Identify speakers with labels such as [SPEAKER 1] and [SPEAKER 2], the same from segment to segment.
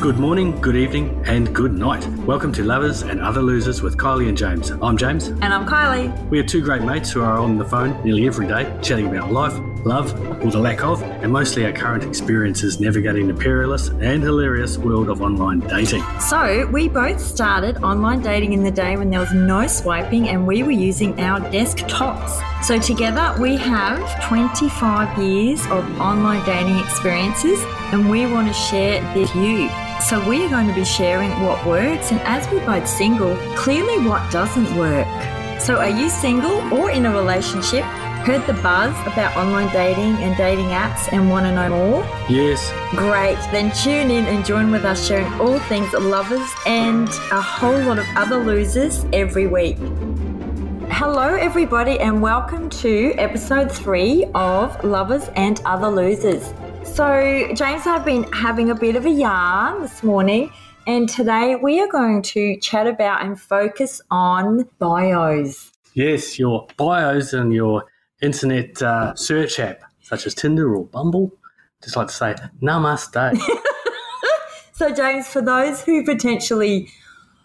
[SPEAKER 1] Good morning, good evening, and good night. Welcome to Lovers and Other Losers with Kylie and James. I'm James.
[SPEAKER 2] And I'm Kylie.
[SPEAKER 1] We are two great mates who are on the phone nearly every day, chatting about life, love, or the lack of, and mostly our current experiences navigating the perilous and hilarious world of online dating.
[SPEAKER 2] So, we both started online dating in the day when there was no swiping and we were using our desktops. So, together we have 25 years of online dating experiences and we want to share this with you. So, we are going to be sharing what works and as we're both single, clearly what doesn't work. So, are you single or in a relationship? Heard the buzz about online dating and dating apps and want to know more?
[SPEAKER 1] Yes,
[SPEAKER 2] Great, then tune in and join with us sharing all things lovers and a whole lot of other losers every week. Hello, everybody, and welcome to episode three of Lovers and Other Losers. So, James and I have been having a bit of a yarn this morning, and today we are going to chat about and focus on bios.
[SPEAKER 1] yes, your bios and your internet uh, search app, such as Tinder or Bumble. Just like to say, namaste.
[SPEAKER 2] So, James, for those who potentially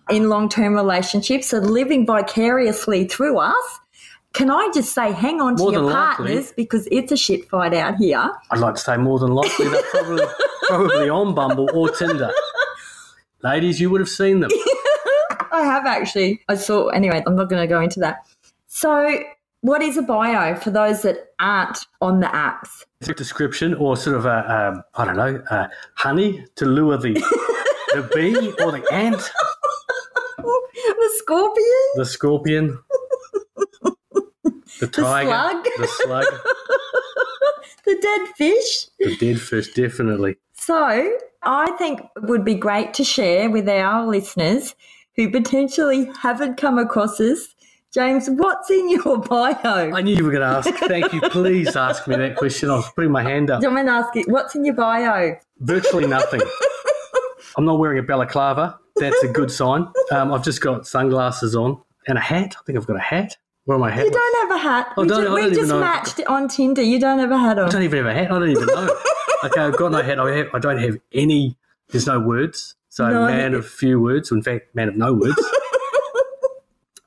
[SPEAKER 2] in long term relationships are living vicariously through us, can I just say hang on
[SPEAKER 1] More
[SPEAKER 2] to your
[SPEAKER 1] than likely.
[SPEAKER 2] partners because it's a shit fight out here.
[SPEAKER 1] I'd like to say more than likely they're probably, probably on Bumble or Tinder. Ladies, you would have seen them.
[SPEAKER 2] I have actually. I saw, anyway, I'm not going to go into that. So, what is a bio for those that aren't on the apps?
[SPEAKER 1] Quick description or sort of a, um, I don't know, uh, honey to lure the, the bee or the ant,
[SPEAKER 2] the scorpion?
[SPEAKER 1] the scorpion, the tiger,
[SPEAKER 2] slug.
[SPEAKER 1] the slug,
[SPEAKER 2] The dead fish?
[SPEAKER 1] the dead fish, definitely.
[SPEAKER 2] So, I think it would be great to share with our listeners who potentially haven't come across this. James, what's in your bio?
[SPEAKER 1] I knew you were going to ask. Thank you. Please ask me that question. I was putting my hand up.
[SPEAKER 2] Do I'm going to ask you, what's in your bio?
[SPEAKER 1] Virtually nothing. I'm not wearing a balaclava. That's a good sign. Um, I've just got sunglasses on and a hat. I think I've got a hat. Where am I hat?
[SPEAKER 2] You don't have a hat.
[SPEAKER 1] I
[SPEAKER 2] we
[SPEAKER 1] don't-
[SPEAKER 2] ju-
[SPEAKER 1] I don't
[SPEAKER 2] we
[SPEAKER 1] even
[SPEAKER 2] just
[SPEAKER 1] know.
[SPEAKER 2] matched it on Tinder. You don't have a hat
[SPEAKER 1] I
[SPEAKER 2] on.
[SPEAKER 1] don't even have a hat. I don't even know. okay, I've got no hat. I, have, I don't have any. There's no words. So
[SPEAKER 2] No.
[SPEAKER 1] man of few words. In fact, man of no words.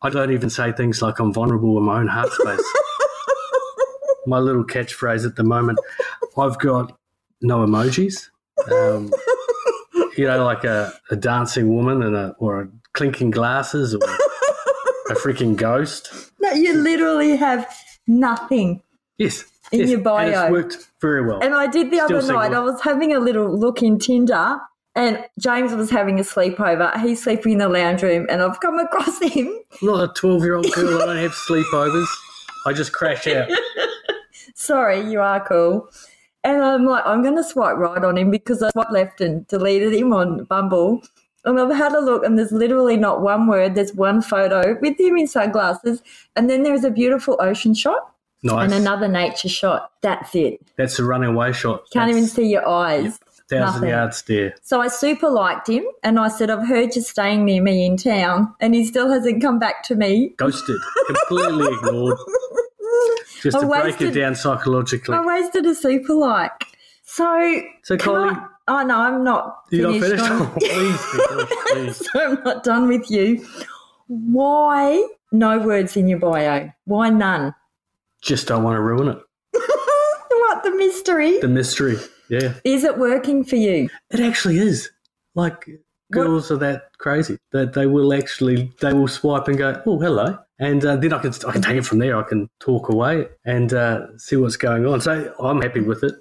[SPEAKER 1] I don't even say things like I'm vulnerable in my own heart space. my little catchphrase at the moment. I've got no emojis. Um, you know, like a, a dancing woman and a or a clinking glasses or a freaking ghost.
[SPEAKER 2] No, you literally have nothing.
[SPEAKER 1] Yes.
[SPEAKER 2] In
[SPEAKER 1] yes,
[SPEAKER 2] your
[SPEAKER 1] And
[SPEAKER 2] bio.
[SPEAKER 1] it's worked very well.
[SPEAKER 2] And I did the
[SPEAKER 1] Still
[SPEAKER 2] other night.
[SPEAKER 1] single.
[SPEAKER 2] I was having a little look in Tinder, and James was having a sleepover. He's sleeping in the lounge room, and I've come across him
[SPEAKER 1] I'm not a 12 year old girl. I don't have sleepovers. I just crash out.
[SPEAKER 2] sorry, you are cool. And I'm like, I'm going to swipe right on him because I swiped left and deleted him on Bumble. And I've had a look, and there's literally not one word. There's one photo with him in sunglasses. And then there's a beautiful ocean shot
[SPEAKER 1] Nice.
[SPEAKER 2] and another nature shot. That's it.
[SPEAKER 1] That's a runaway shot.
[SPEAKER 2] Can't even see your eyes.
[SPEAKER 1] Thousand
[SPEAKER 2] nothing.
[SPEAKER 1] yard stare.
[SPEAKER 2] So I super liked him. And I said, I've heard you're staying near me in town. And he still hasn't come back to me.
[SPEAKER 1] Ghosted. Completely ignored. Just
[SPEAKER 2] I
[SPEAKER 1] to break it
[SPEAKER 2] wasted-
[SPEAKER 1] down psychologically.
[SPEAKER 2] I wasted a super like. So,
[SPEAKER 1] So,
[SPEAKER 2] can
[SPEAKER 1] Colleen,
[SPEAKER 2] I- oh no, I'm not.
[SPEAKER 1] you're not
[SPEAKER 2] finished
[SPEAKER 1] finished?
[SPEAKER 2] on-
[SPEAKER 1] Oh, please, gosh, please.
[SPEAKER 2] so I'm not done with you. Why no words in your bio? Why none?
[SPEAKER 1] Just don't want to ruin it.
[SPEAKER 2] what the mystery?
[SPEAKER 1] The mystery. Yeah.
[SPEAKER 2] Is it working for you?
[SPEAKER 1] It actually is. Like, girls are that crazy that they will actually they will swipe and go, oh hello, and uh, then I can I can take it from there. I can talk away and uh, see what's going on. So I'm happy with it.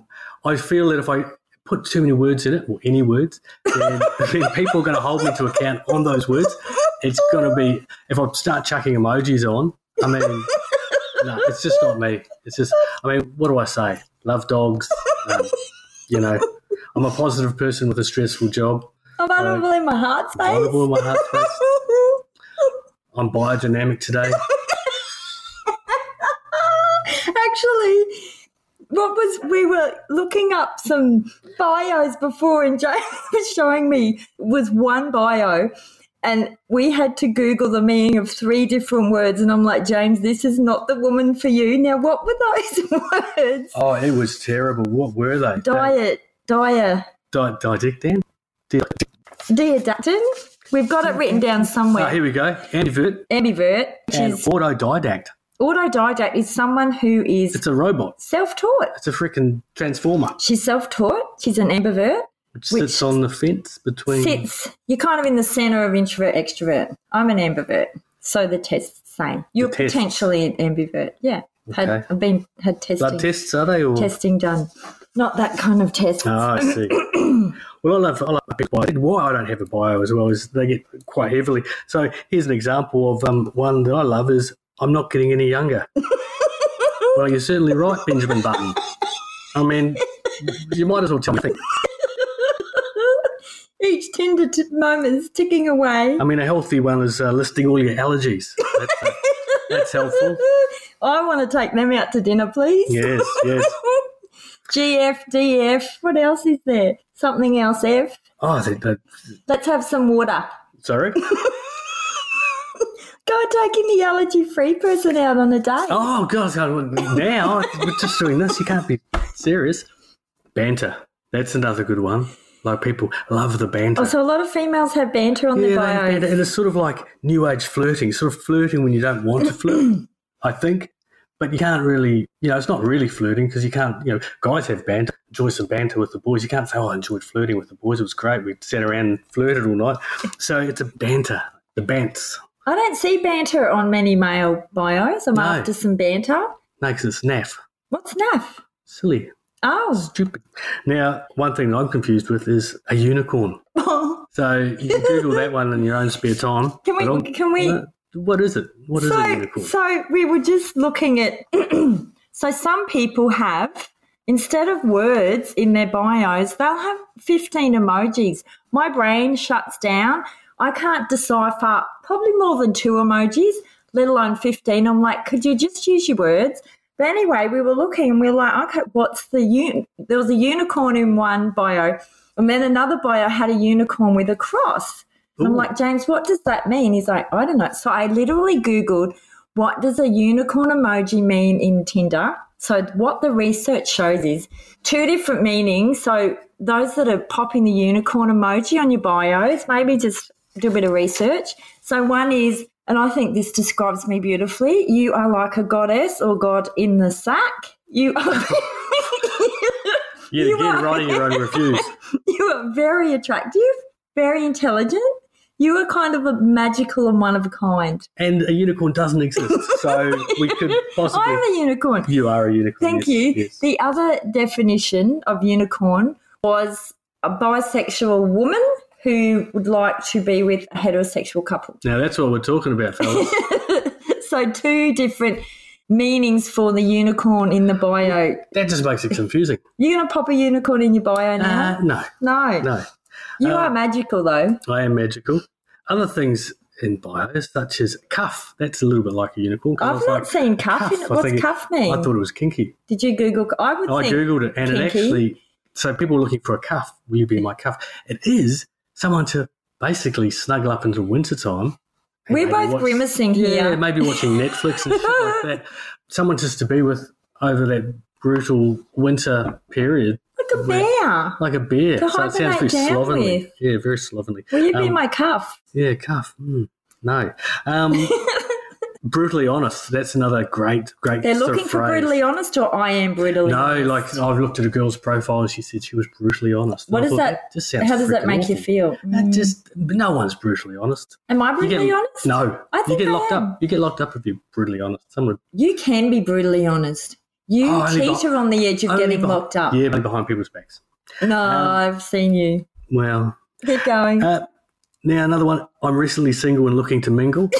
[SPEAKER 1] I feel that if I put too many words in it or any words, then, then people are going to hold me to account on those words. It's going to be if I start chucking emojis on. I mean, no, it's just not me. It's just I mean, what do I say? Love dogs. Um, you know, I'm a positive person with a stressful job.
[SPEAKER 2] I'm vulnerable in my heart space.
[SPEAKER 1] Vulnerable Uh, in my heart space. I'm biodynamic today.
[SPEAKER 2] Actually, what was we were looking up some bios before, and Jane was showing me was one bio. And we had to Google the meaning of three different words. And I'm like, James, this is not the woman for you. Now, what were those words?
[SPEAKER 1] Oh, it was terrible. What were they?
[SPEAKER 2] Diet, diet,
[SPEAKER 1] Di- Didictan? Di-
[SPEAKER 2] Dear Dutton, we've got it written down
[SPEAKER 1] Oh,
[SPEAKER 2] somewhere.
[SPEAKER 1] here we go. Ambivert
[SPEAKER 2] Ambivert, which
[SPEAKER 1] and
[SPEAKER 2] is
[SPEAKER 1] autodidact.
[SPEAKER 2] autodidact, is someone who is
[SPEAKER 1] It's a robot.
[SPEAKER 2] self taught.
[SPEAKER 1] It's a freaking transformer.
[SPEAKER 2] She's self taught, she's an ambivert.
[SPEAKER 1] Which,
[SPEAKER 2] Which-
[SPEAKER 1] sits on the fence between.
[SPEAKER 2] Sits, you're kind of in the center of introvert, extrovert. I'm an ambivert, so the test's the same. You're
[SPEAKER 1] test.
[SPEAKER 2] potentially an ambivert, yeah. Had,
[SPEAKER 1] Okay.
[SPEAKER 2] I've been had testing,
[SPEAKER 1] Blood tests, are they? Or?
[SPEAKER 2] testing done. Not that kind of test.
[SPEAKER 1] Oh, I see. well, I love, I love my pig's bio. Why I don't have a bio as well is they get quite heavily. So here's an example of um, one that I love is I'm not getting any younger. well, you're certainly right, Benjamin Button. I mean, you might as well tell me.
[SPEAKER 2] Each tender t- moment's ticking away.
[SPEAKER 1] I mean, a healthy one is uh, listing all your allergies. That's, uh, that's helpful.
[SPEAKER 2] I want to take them out to dinner, please.
[SPEAKER 1] Yes, yes.
[SPEAKER 2] GF, DF, what else is there? Something else, F.
[SPEAKER 1] Oh, that, that,
[SPEAKER 2] Let's have some water.
[SPEAKER 1] sorry.
[SPEAKER 2] Go taking the allergy free person out on a date.
[SPEAKER 1] Oh, God, now Oh, we're just doing this. You can't be serious. Banter. That's another good one. Like people love the banter.
[SPEAKER 2] Oh, so a lot of females have banter on their
[SPEAKER 1] they-
[SPEAKER 2] bios.
[SPEAKER 1] and, and it's sort of like new age flirting, sort of flirting when you don't want to flirt, I think. But you can't really, you know, it's not really flirting because you can't, you know, guys have banter, enjoy some banter with the boys. You can't say, oh, I enjoyed flirting with the boys. It was great. We sat around and flirted all night. So it's a banter, the bants.
[SPEAKER 2] I don't see banter on many male bios. I'm
[SPEAKER 1] No.
[SPEAKER 2] after some banter.
[SPEAKER 1] No, 'cause it's naff.
[SPEAKER 2] What's naff?
[SPEAKER 1] Silly,
[SPEAKER 2] Oh.
[SPEAKER 1] stupid. Now, one thing that I'm confused with is a unicorn.
[SPEAKER 2] Oh.
[SPEAKER 1] So you can Google that one in your own spare time.
[SPEAKER 2] Can we-
[SPEAKER 1] But I'm-
[SPEAKER 2] can we-
[SPEAKER 1] no, What is it? What is a
[SPEAKER 2] so,
[SPEAKER 1] unicorn?
[SPEAKER 2] so we were just looking at. so some people have instead of words in their bios, they'll have fifteen emojis. My brain shuts down. I can't decipher probably more than two emojis, let alone fifteen. I'm like, could you just use your words? But anyway, we were looking and we were like, okay, what's the un? There was a unicorn in one bio, and then another bio had a unicorn with a cross. And I'm
[SPEAKER 1] Ooh.
[SPEAKER 2] like, James, what does that mean? He's like, I don't know. So I literally Googled, what does a unicorn emoji mean in Tinder? So what the research shows is two different meanings. So those that are popping the unicorn emoji on your bios, maybe just do a bit of research. So one is, and I think this describes me beautifully, you are like a goddess or god in the sack. You are.
[SPEAKER 1] Yeah,
[SPEAKER 2] You
[SPEAKER 1] you're
[SPEAKER 2] are-
[SPEAKER 1] writing your own reviews.
[SPEAKER 2] You are very attractive, very intelligent. You are kind of a magical and one of a kind.
[SPEAKER 1] And a unicorn doesn't exist, so we could possibly.
[SPEAKER 2] I'm a unicorn.
[SPEAKER 1] You are a unicorn. yes,
[SPEAKER 2] Thank you.
[SPEAKER 1] yes.
[SPEAKER 2] The other definition of unicorn was a bisexual woman who would like to be with a heterosexual couple.
[SPEAKER 1] Now that's what we're talking about, fellas.
[SPEAKER 2] so two different meanings for the unicorn in the bio.
[SPEAKER 1] that just makes it confusing. Uh,
[SPEAKER 2] You're gonna pop a unicorn in your bio now?
[SPEAKER 1] no,
[SPEAKER 2] no.
[SPEAKER 1] no.
[SPEAKER 2] You
[SPEAKER 1] uh,
[SPEAKER 2] are magical though.
[SPEAKER 1] I am magical. Other things in bios, such as cuff. That's a little bit like a unicorn. 'cause I
[SPEAKER 2] I've
[SPEAKER 1] was
[SPEAKER 2] not
[SPEAKER 1] like,
[SPEAKER 2] seen cuff. in
[SPEAKER 1] cuff,
[SPEAKER 2] it.
[SPEAKER 1] I
[SPEAKER 2] What's
[SPEAKER 1] think it-
[SPEAKER 2] cuff mean?
[SPEAKER 1] I thought it was kinky.
[SPEAKER 2] Did you Google? I would
[SPEAKER 1] I
[SPEAKER 2] think
[SPEAKER 1] googled it, and it
[SPEAKER 2] kinky.
[SPEAKER 1] actually. So people looking for a cuff. Will you be my cuff? It is someone to basically snuggle up into winter time. and
[SPEAKER 2] We're
[SPEAKER 1] maybe
[SPEAKER 2] both
[SPEAKER 1] watch-
[SPEAKER 2] grimacing
[SPEAKER 1] Yeah,
[SPEAKER 2] here.
[SPEAKER 1] maybe watching Netflix and shit like that. Someone just to be with over that brutal winter period,
[SPEAKER 2] Look at there.
[SPEAKER 1] like a bear.
[SPEAKER 2] To
[SPEAKER 1] so it sounds very
[SPEAKER 2] hibernate down
[SPEAKER 1] slovenly.
[SPEAKER 2] with.
[SPEAKER 1] Yeah, very slovenly.
[SPEAKER 2] Will you be
[SPEAKER 1] Um,
[SPEAKER 2] my cuff?
[SPEAKER 1] Yeah, cuff. Mm, no. Um, brutally honest. That's another great, great.
[SPEAKER 2] They're
[SPEAKER 1] sort of
[SPEAKER 2] looking for
[SPEAKER 1] phrase.
[SPEAKER 2] brutally honest, or I am brutally.
[SPEAKER 1] No,
[SPEAKER 2] honest?
[SPEAKER 1] like I've looked at a girl's profile and she said she was brutally honest. And
[SPEAKER 2] What
[SPEAKER 1] I
[SPEAKER 2] is
[SPEAKER 1] thought,
[SPEAKER 2] that-
[SPEAKER 1] just sounds
[SPEAKER 2] how does that
[SPEAKER 1] freaking
[SPEAKER 2] make you
[SPEAKER 1] awful.
[SPEAKER 2] feel?
[SPEAKER 1] That just no one's brutally honest.
[SPEAKER 2] Am I
[SPEAKER 1] You get-
[SPEAKER 2] brutally honest?
[SPEAKER 1] No,
[SPEAKER 2] I
[SPEAKER 1] you
[SPEAKER 2] think
[SPEAKER 1] get
[SPEAKER 2] I
[SPEAKER 1] locked
[SPEAKER 2] am.
[SPEAKER 1] up. You get locked up if you're brutally honest. Someone
[SPEAKER 2] You can be brutally honest. You
[SPEAKER 1] Oh, only
[SPEAKER 2] cheater on the edge of
[SPEAKER 1] Only
[SPEAKER 2] getting
[SPEAKER 1] behi-
[SPEAKER 2] locked up.
[SPEAKER 1] Yeah, but behind people's backs.
[SPEAKER 2] No, I've seen you.
[SPEAKER 1] Well,
[SPEAKER 2] Keep going.
[SPEAKER 1] uh, now another one. I'm recently single and looking to mingle.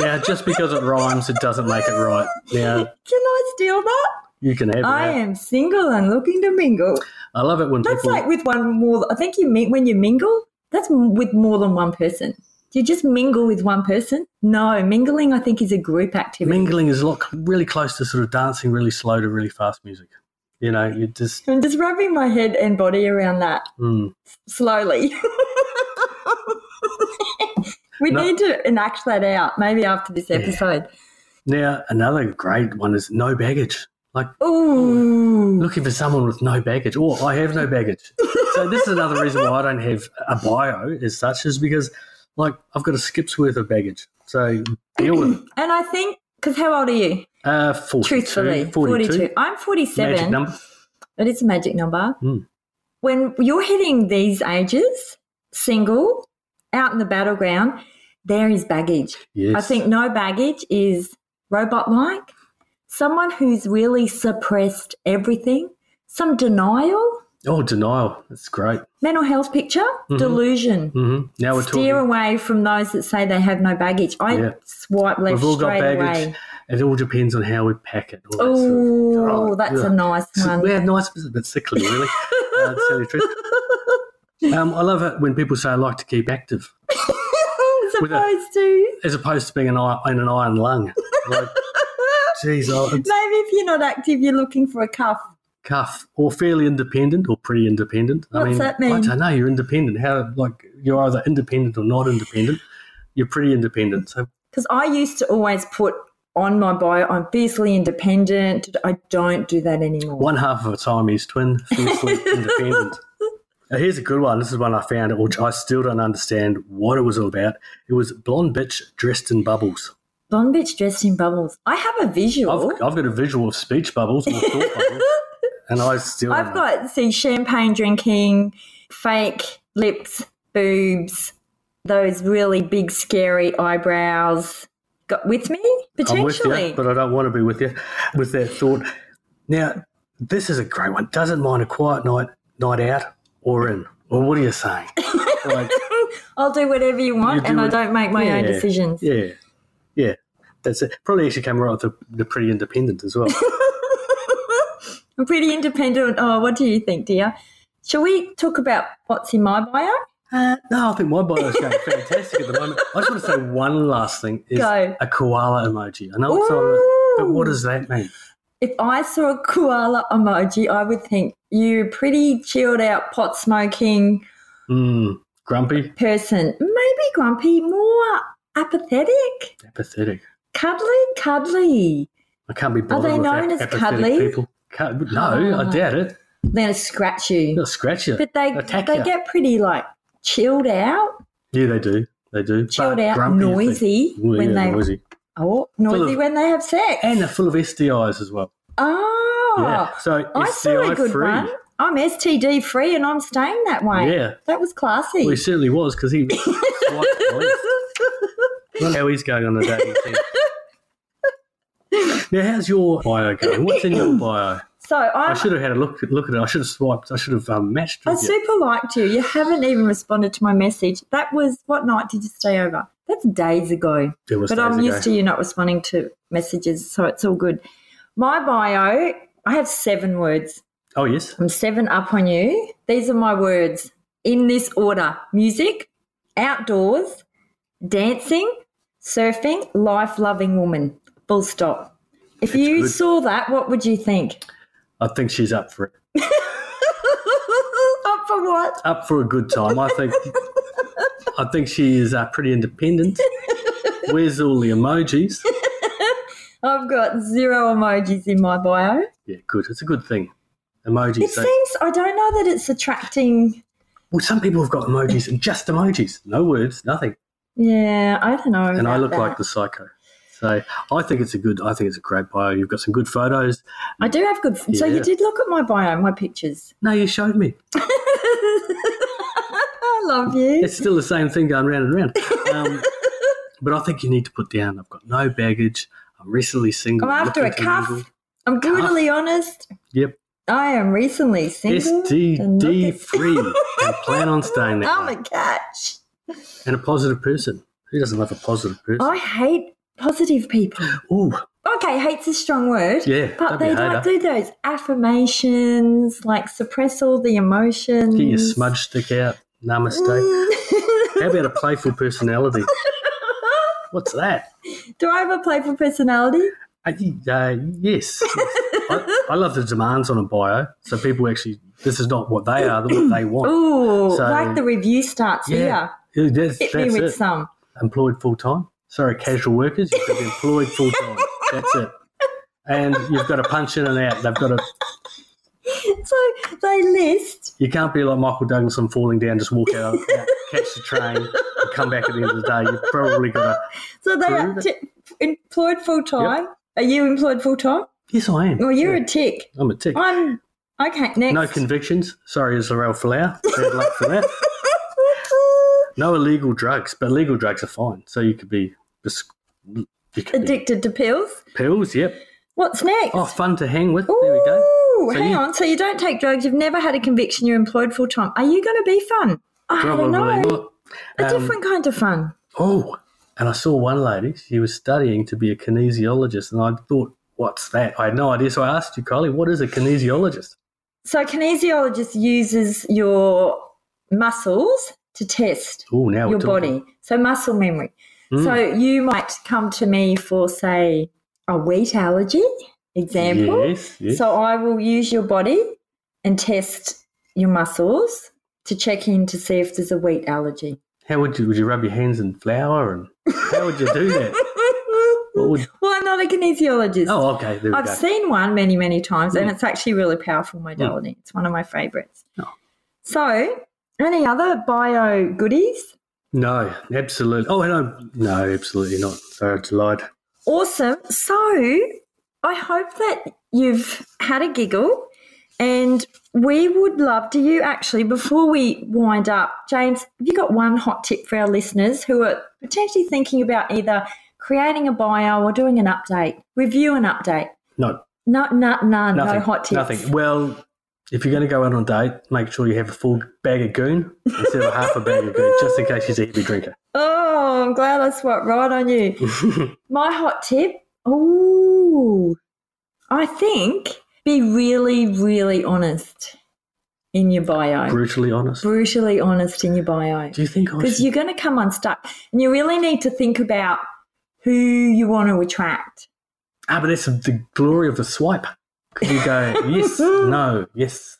[SPEAKER 1] now, just because it rhymes, it doesn't make it right. Now,
[SPEAKER 2] can I steal that?
[SPEAKER 1] you can have it.
[SPEAKER 2] I am single and looking to mingle.
[SPEAKER 1] I love it when
[SPEAKER 2] That's
[SPEAKER 1] people.
[SPEAKER 2] like with one more. I think you meet when you mingle. That's m- with more than one person. Do you just mingle with one person? No, mingling I think is a group activity.
[SPEAKER 1] mingling is a lot really close to sort of dancing really slow to really fast music. You know, you just
[SPEAKER 2] I'm just rubbing my head and body around that
[SPEAKER 1] mm.
[SPEAKER 2] slowly. we
[SPEAKER 1] No.
[SPEAKER 2] need to enact that out maybe after this episode.
[SPEAKER 1] now another great one is no baggage. Like
[SPEAKER 2] Ooh.
[SPEAKER 1] looking for someone with no baggage. Or I have no baggage. so this is another reason why I don't have a bio as such is because like I've got a skip's worth of baggage. So deal with it.
[SPEAKER 2] And I think, because how old are you?
[SPEAKER 1] Uh, 42,
[SPEAKER 2] Truthfully,
[SPEAKER 1] 42.
[SPEAKER 2] 42. I'm 47.
[SPEAKER 1] Magic number.
[SPEAKER 2] It is a magic number.
[SPEAKER 1] Mm.
[SPEAKER 2] When you're hitting these ages, single, out in the battleground, there is baggage.
[SPEAKER 1] Yes.
[SPEAKER 2] I think no baggage is robot like, someone who's really suppressed everything, some denial,
[SPEAKER 1] Oh, denial. That's great.
[SPEAKER 2] mental health picture, delusion.
[SPEAKER 1] hmm Now Mm-hmm. we're
[SPEAKER 2] Steer
[SPEAKER 1] talking.
[SPEAKER 2] away from those that say they have no baggage. I
[SPEAKER 1] Yeah.
[SPEAKER 2] swipe left
[SPEAKER 1] We've all got
[SPEAKER 2] straight
[SPEAKER 1] baggage.
[SPEAKER 2] away.
[SPEAKER 1] It all depends on how we pack it. all that sort of-
[SPEAKER 2] Oh,
[SPEAKER 1] Oh,
[SPEAKER 2] that's a
[SPEAKER 1] yeah.
[SPEAKER 2] nice
[SPEAKER 1] So
[SPEAKER 2] one.
[SPEAKER 1] we had nice, a bit sickly, really. uh, to tell you the truth. Um, I love it when people say I like to keep active, With a-
[SPEAKER 2] Supposed to.
[SPEAKER 1] as opposed to being an eye in an iron lung. Like, geez, oh, it's
[SPEAKER 2] Maybe if you're not active, you're looking for a cuff.
[SPEAKER 1] cuff or fairly independent or pretty independent.
[SPEAKER 2] What's
[SPEAKER 1] I mean,
[SPEAKER 2] that mean?
[SPEAKER 1] I don't know. You're independent. How like you're either independent or not independent. You're pretty independent. So
[SPEAKER 2] Because I used to always put on my bio, I'm fiercely independent. I don't do that anymore.
[SPEAKER 1] One half of a Siamese twin, fiercely independent. Now, here's a good one. This is one I found, which I still don't understand what it was all about. It was blonde bitch dressed in bubbles.
[SPEAKER 2] Blonde bitch dressed in bubbles. I have a
[SPEAKER 1] I've,
[SPEAKER 2] visual.
[SPEAKER 1] I've got a visual of speech bubbles, or thought bubbles and I still.
[SPEAKER 2] I've
[SPEAKER 1] don't know.
[SPEAKER 2] got, see, champagne drinking, fake lips, boobs, those really big, scary eyebrows. Got with me?
[SPEAKER 1] I'm with
[SPEAKER 2] Potentially.
[SPEAKER 1] you, but I don't want to be with you with that thought. Now, this is a great one. Doesn't mind a quiet night, night out or in. Or what are you saying? Like,
[SPEAKER 2] I'll do whatever you
[SPEAKER 1] You
[SPEAKER 2] want
[SPEAKER 1] do
[SPEAKER 2] and I
[SPEAKER 1] it-
[SPEAKER 2] don't make my own
[SPEAKER 1] yeah,
[SPEAKER 2] decisions.
[SPEAKER 1] Yeah, yeah. That's it. Probably actually came right with the, the pretty independent as well.
[SPEAKER 2] I'm pretty independent. Oh, what do you think, dear? Shall we talk about what's in my bio?
[SPEAKER 1] Uh, no, I think my bio is going fantastic at the moment. I just want to say one last thing: is
[SPEAKER 2] Go.
[SPEAKER 1] a koala emoji. I know it's not, a- but what does that mean?
[SPEAKER 2] If I saw a koala emoji, I would think you're a pretty chilled out, pot smoking
[SPEAKER 1] Mm, grumpy,
[SPEAKER 2] person. Maybe grumpy, more apathetic,
[SPEAKER 1] apathetic.
[SPEAKER 2] cuddly, cuddly.
[SPEAKER 1] I can't be bothered
[SPEAKER 2] they
[SPEAKER 1] with
[SPEAKER 2] known
[SPEAKER 1] ap-
[SPEAKER 2] as
[SPEAKER 1] apathetic
[SPEAKER 2] cuddly?
[SPEAKER 1] people. Can't, no, I doubt it.
[SPEAKER 2] They're gonna scratch you,
[SPEAKER 1] They'll scratch you.
[SPEAKER 2] but they
[SPEAKER 1] attack
[SPEAKER 2] they
[SPEAKER 1] you.
[SPEAKER 2] get pretty like chilled out,
[SPEAKER 1] yeah, they do. They do.
[SPEAKER 2] chilled
[SPEAKER 1] But
[SPEAKER 2] out,
[SPEAKER 1] grumpy, I think.
[SPEAKER 2] noisy
[SPEAKER 1] Well,
[SPEAKER 2] when
[SPEAKER 1] yeah,
[SPEAKER 2] they
[SPEAKER 1] noisy.
[SPEAKER 2] oh noisy
[SPEAKER 1] of-
[SPEAKER 2] when they have sex.
[SPEAKER 1] And they're full of STIs as well.
[SPEAKER 2] oh,
[SPEAKER 1] yeah. So
[SPEAKER 2] I saw a
[SPEAKER 1] STI
[SPEAKER 2] good
[SPEAKER 1] free.
[SPEAKER 2] one. I'm STD free and I'm staying that way.
[SPEAKER 1] Yeah.
[SPEAKER 2] That was classy.
[SPEAKER 1] Well, he certainly was because he swiped left. Look how he's going on the dating scene. Now, how's your bio going? What's in your bio?
[SPEAKER 2] so
[SPEAKER 1] I
[SPEAKER 2] I'm,
[SPEAKER 1] should have had a look look at it. I should have swiped. I should have um, matched
[SPEAKER 2] Uh, I
[SPEAKER 1] with you.
[SPEAKER 2] super liked you. You haven't even responded to my message. That was what night did you stay over? That's days ago.
[SPEAKER 1] It was
[SPEAKER 2] But
[SPEAKER 1] days
[SPEAKER 2] I'm
[SPEAKER 1] ago.
[SPEAKER 2] used to you not responding to messages, so it's all good. My bio, I have seven words.
[SPEAKER 1] Oh yes,
[SPEAKER 2] I'm seven up on you. These are my words in this order music, outdoors, dancing, surfing, life loving woman. Full stop. If you
[SPEAKER 1] good.
[SPEAKER 2] saw that, what would you think?
[SPEAKER 1] I think she's up for it.
[SPEAKER 2] up for what?
[SPEAKER 1] Up for a good time. I think. I think she is uh, pretty independent. Where's all the emojis?
[SPEAKER 2] I've got zero emojis in my bio.
[SPEAKER 1] Yeah, good. It's a good thing. Emojis.
[SPEAKER 2] It
[SPEAKER 1] So,
[SPEAKER 2] seems, I don't know that it's attracting.
[SPEAKER 1] well, some people have got emojis and just emojis, no words, nothing.
[SPEAKER 2] Yeah, I don't know.
[SPEAKER 1] and I
[SPEAKER 2] about
[SPEAKER 1] look
[SPEAKER 2] that.
[SPEAKER 1] like the psycho. So I think it's a good. I think it's a great bio. You've got some good photos.
[SPEAKER 2] I do have good. So you
[SPEAKER 1] Yeah.
[SPEAKER 2] did look at my bio, my pictures.
[SPEAKER 1] No, you showed me.
[SPEAKER 2] I love you.
[SPEAKER 1] It's still the same thing going round and round. Um, but I think you need to put down. I've got no baggage. I'm recently single.
[SPEAKER 2] I'm after a
[SPEAKER 1] looking to mingle."
[SPEAKER 2] cuff. I'm brutally honest.
[SPEAKER 1] Yep.
[SPEAKER 2] I am recently single. and not
[SPEAKER 1] STD
[SPEAKER 2] get-
[SPEAKER 1] free and plan on staying there.
[SPEAKER 2] I'm a catch.
[SPEAKER 1] and a positive person. Who doesn't love a positive person?
[SPEAKER 2] I hate positive people.
[SPEAKER 1] Oh,
[SPEAKER 2] Okay, hate's a strong word.
[SPEAKER 1] Yeah,
[SPEAKER 2] But
[SPEAKER 1] don't be
[SPEAKER 2] they
[SPEAKER 1] a
[SPEAKER 2] like
[SPEAKER 1] hater.
[SPEAKER 2] do those affirmations, like suppress all the emotions.
[SPEAKER 1] get your smudge stick out. Namaste. How about a playful personality? What's that?
[SPEAKER 2] do I have a playful personality?
[SPEAKER 1] Uh, y- uh, yes. I, I love the demands on a bio. So people actually, this is not what they are, what they want.
[SPEAKER 2] Ooh,
[SPEAKER 1] So-
[SPEAKER 2] like the review starts
[SPEAKER 1] Yeah. Yeah, That's,
[SPEAKER 2] here. Hit me
[SPEAKER 1] that's
[SPEAKER 2] with
[SPEAKER 1] it.
[SPEAKER 2] some.
[SPEAKER 1] Employed full time. Sorry, casual workers, you should be employed full time. That's it. and you've got to punch in and out. They've got to.
[SPEAKER 2] So they list.
[SPEAKER 1] You can't be like Michael Douglas and falling down, just walk out, out, catch the train, and come back at the end of the day. You've probably got to.
[SPEAKER 2] So they are
[SPEAKER 1] Prove
[SPEAKER 2] t- employed full time. Are you employed full time?
[SPEAKER 1] Yes, I am.
[SPEAKER 2] Well, you're
[SPEAKER 1] Yeah,
[SPEAKER 2] a tick.
[SPEAKER 1] I'm a tick.
[SPEAKER 2] I'm okay. Next.
[SPEAKER 1] No convictions. Sorry, Israel Folau. Bad luck for that. No illegal drugs, but legal drugs are fine. So you could be just you could be
[SPEAKER 2] Addicted to pills.
[SPEAKER 1] pills. Yep.
[SPEAKER 2] What's next?
[SPEAKER 1] Oh, fun to hang with. There we go.
[SPEAKER 2] Ooh,
[SPEAKER 1] So
[SPEAKER 2] hang
[SPEAKER 1] you-
[SPEAKER 2] on. So you don't take drugs. You've never had a conviction. You're employed full time. Are you going to be fun? I
[SPEAKER 1] Probably
[SPEAKER 2] don't know.
[SPEAKER 1] not.
[SPEAKER 2] A
[SPEAKER 1] Um,
[SPEAKER 2] different kind of fun.
[SPEAKER 1] Oh, and I saw one lady. She was studying to be a kinesiologist, and I thought, what's that? I had no idea. So I asked you, Kylie, what is a kinesiologist?
[SPEAKER 2] So a kinesiologist uses your muscles to test
[SPEAKER 1] Oh, now we're
[SPEAKER 2] your
[SPEAKER 1] talking.
[SPEAKER 2] body. So muscle memory.
[SPEAKER 1] Hmm.
[SPEAKER 2] So you might come to me for say a wheat allergy example.
[SPEAKER 1] Yes, yes.
[SPEAKER 2] So I will use your body and test your muscles to check in to see if there's a wheat allergy.
[SPEAKER 1] how would you would you rub your hands in flour and how would you do that? What would-
[SPEAKER 2] well, I'm not a kinesiologist.
[SPEAKER 1] Oh, okay, there we
[SPEAKER 2] I've
[SPEAKER 1] go.
[SPEAKER 2] seen one many, many times, and
[SPEAKER 1] Mm.
[SPEAKER 2] it's actually a really powerful modality. It's one of my favorites.
[SPEAKER 1] Hmm. Oh.
[SPEAKER 2] So, any other bio goodies?
[SPEAKER 1] No, absolutely. Oh, no, no, absolutely not. Sorry, I lied.
[SPEAKER 2] Awesome. So, I hope that you've had a giggle, and we would love to you actually. Before we wind up, James, have you got one hot tip for our listeners who are potentially thinking about either creating a bio or doing an update, review an update?
[SPEAKER 1] No,
[SPEAKER 2] No, no,
[SPEAKER 1] nothing.
[SPEAKER 2] none, no hot tips.
[SPEAKER 1] Nothing. Well, if you're going to go out on a date, make sure you have a full bag of goon instead of half a bag of goon, just in case she's a heavy drinker.
[SPEAKER 2] Oh, I'm glad I swiped right on you. My hot tip. Ooh, I think be really, really honest in your bio.
[SPEAKER 1] Brutally honest.
[SPEAKER 2] Brutally honest in your bio.
[SPEAKER 1] Do you think I
[SPEAKER 2] Because
[SPEAKER 1] should?
[SPEAKER 2] you're going to come unstuck and you really need to think about who you want to attract.
[SPEAKER 1] Ah, but that's the glory of the swipe. Could you go, yes, no, yes.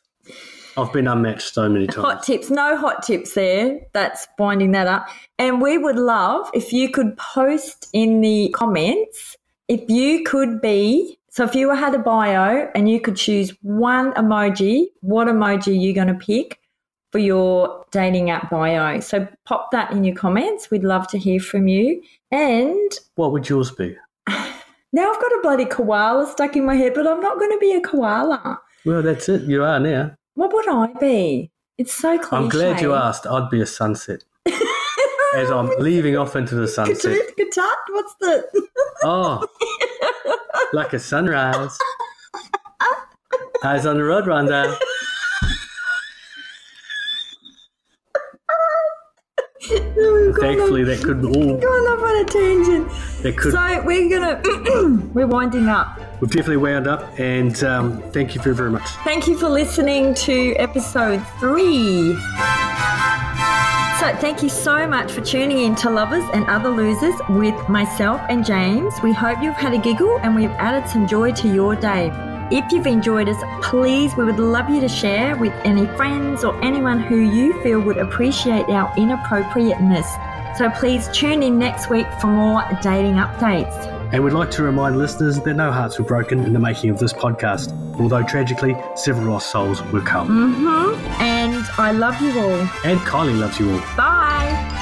[SPEAKER 1] I've been unmatched so many
[SPEAKER 2] Hot
[SPEAKER 1] times.
[SPEAKER 2] tips, no hot tips there. That's winding that up. And we would love if you could post in the comments if you could be. So if you had a bio and you could choose one emoji, what emoji are you going to pick for your dating app bio? So pop that in your comments. We'd love to hear from you. And
[SPEAKER 1] What would yours be?
[SPEAKER 2] now I've got a bloody koala stuck in my head, but I'm not going to be a koala.
[SPEAKER 1] Well, that's it. You are now.
[SPEAKER 2] What would I be? It's so cliche.
[SPEAKER 1] I'm glad you asked. I'd be a sunset as I'm leaving off into the sunset.
[SPEAKER 2] Katoot, katat, what's the?
[SPEAKER 1] Oh, like a sunrise. Eyes on the road, Rhonda.
[SPEAKER 2] No, we've gone
[SPEAKER 1] Thankfully,
[SPEAKER 2] off-
[SPEAKER 1] that could all.
[SPEAKER 2] gone off on a tangent.
[SPEAKER 1] That could.
[SPEAKER 2] So we're gonna we're winding up.
[SPEAKER 1] We've definitely wound up, and um, thank you very, very much.
[SPEAKER 2] Thank you for listening to episode three. So, thank you so much for tuning in to Lovers and Other Losers with myself and James. We hope you've had a giggle and we've added some joy to your day. If you've enjoyed us, please, we would love you to share with any friends or anyone who you feel would appreciate our inappropriateness. So, please tune in next week for more dating updates.
[SPEAKER 1] And we'd like to remind listeners that no hearts were broken in the making of this podcast, although tragically, several lost souls were culled.
[SPEAKER 2] Mm-hmm. And I love you all.
[SPEAKER 1] And Kylie loves you all.
[SPEAKER 2] Bye.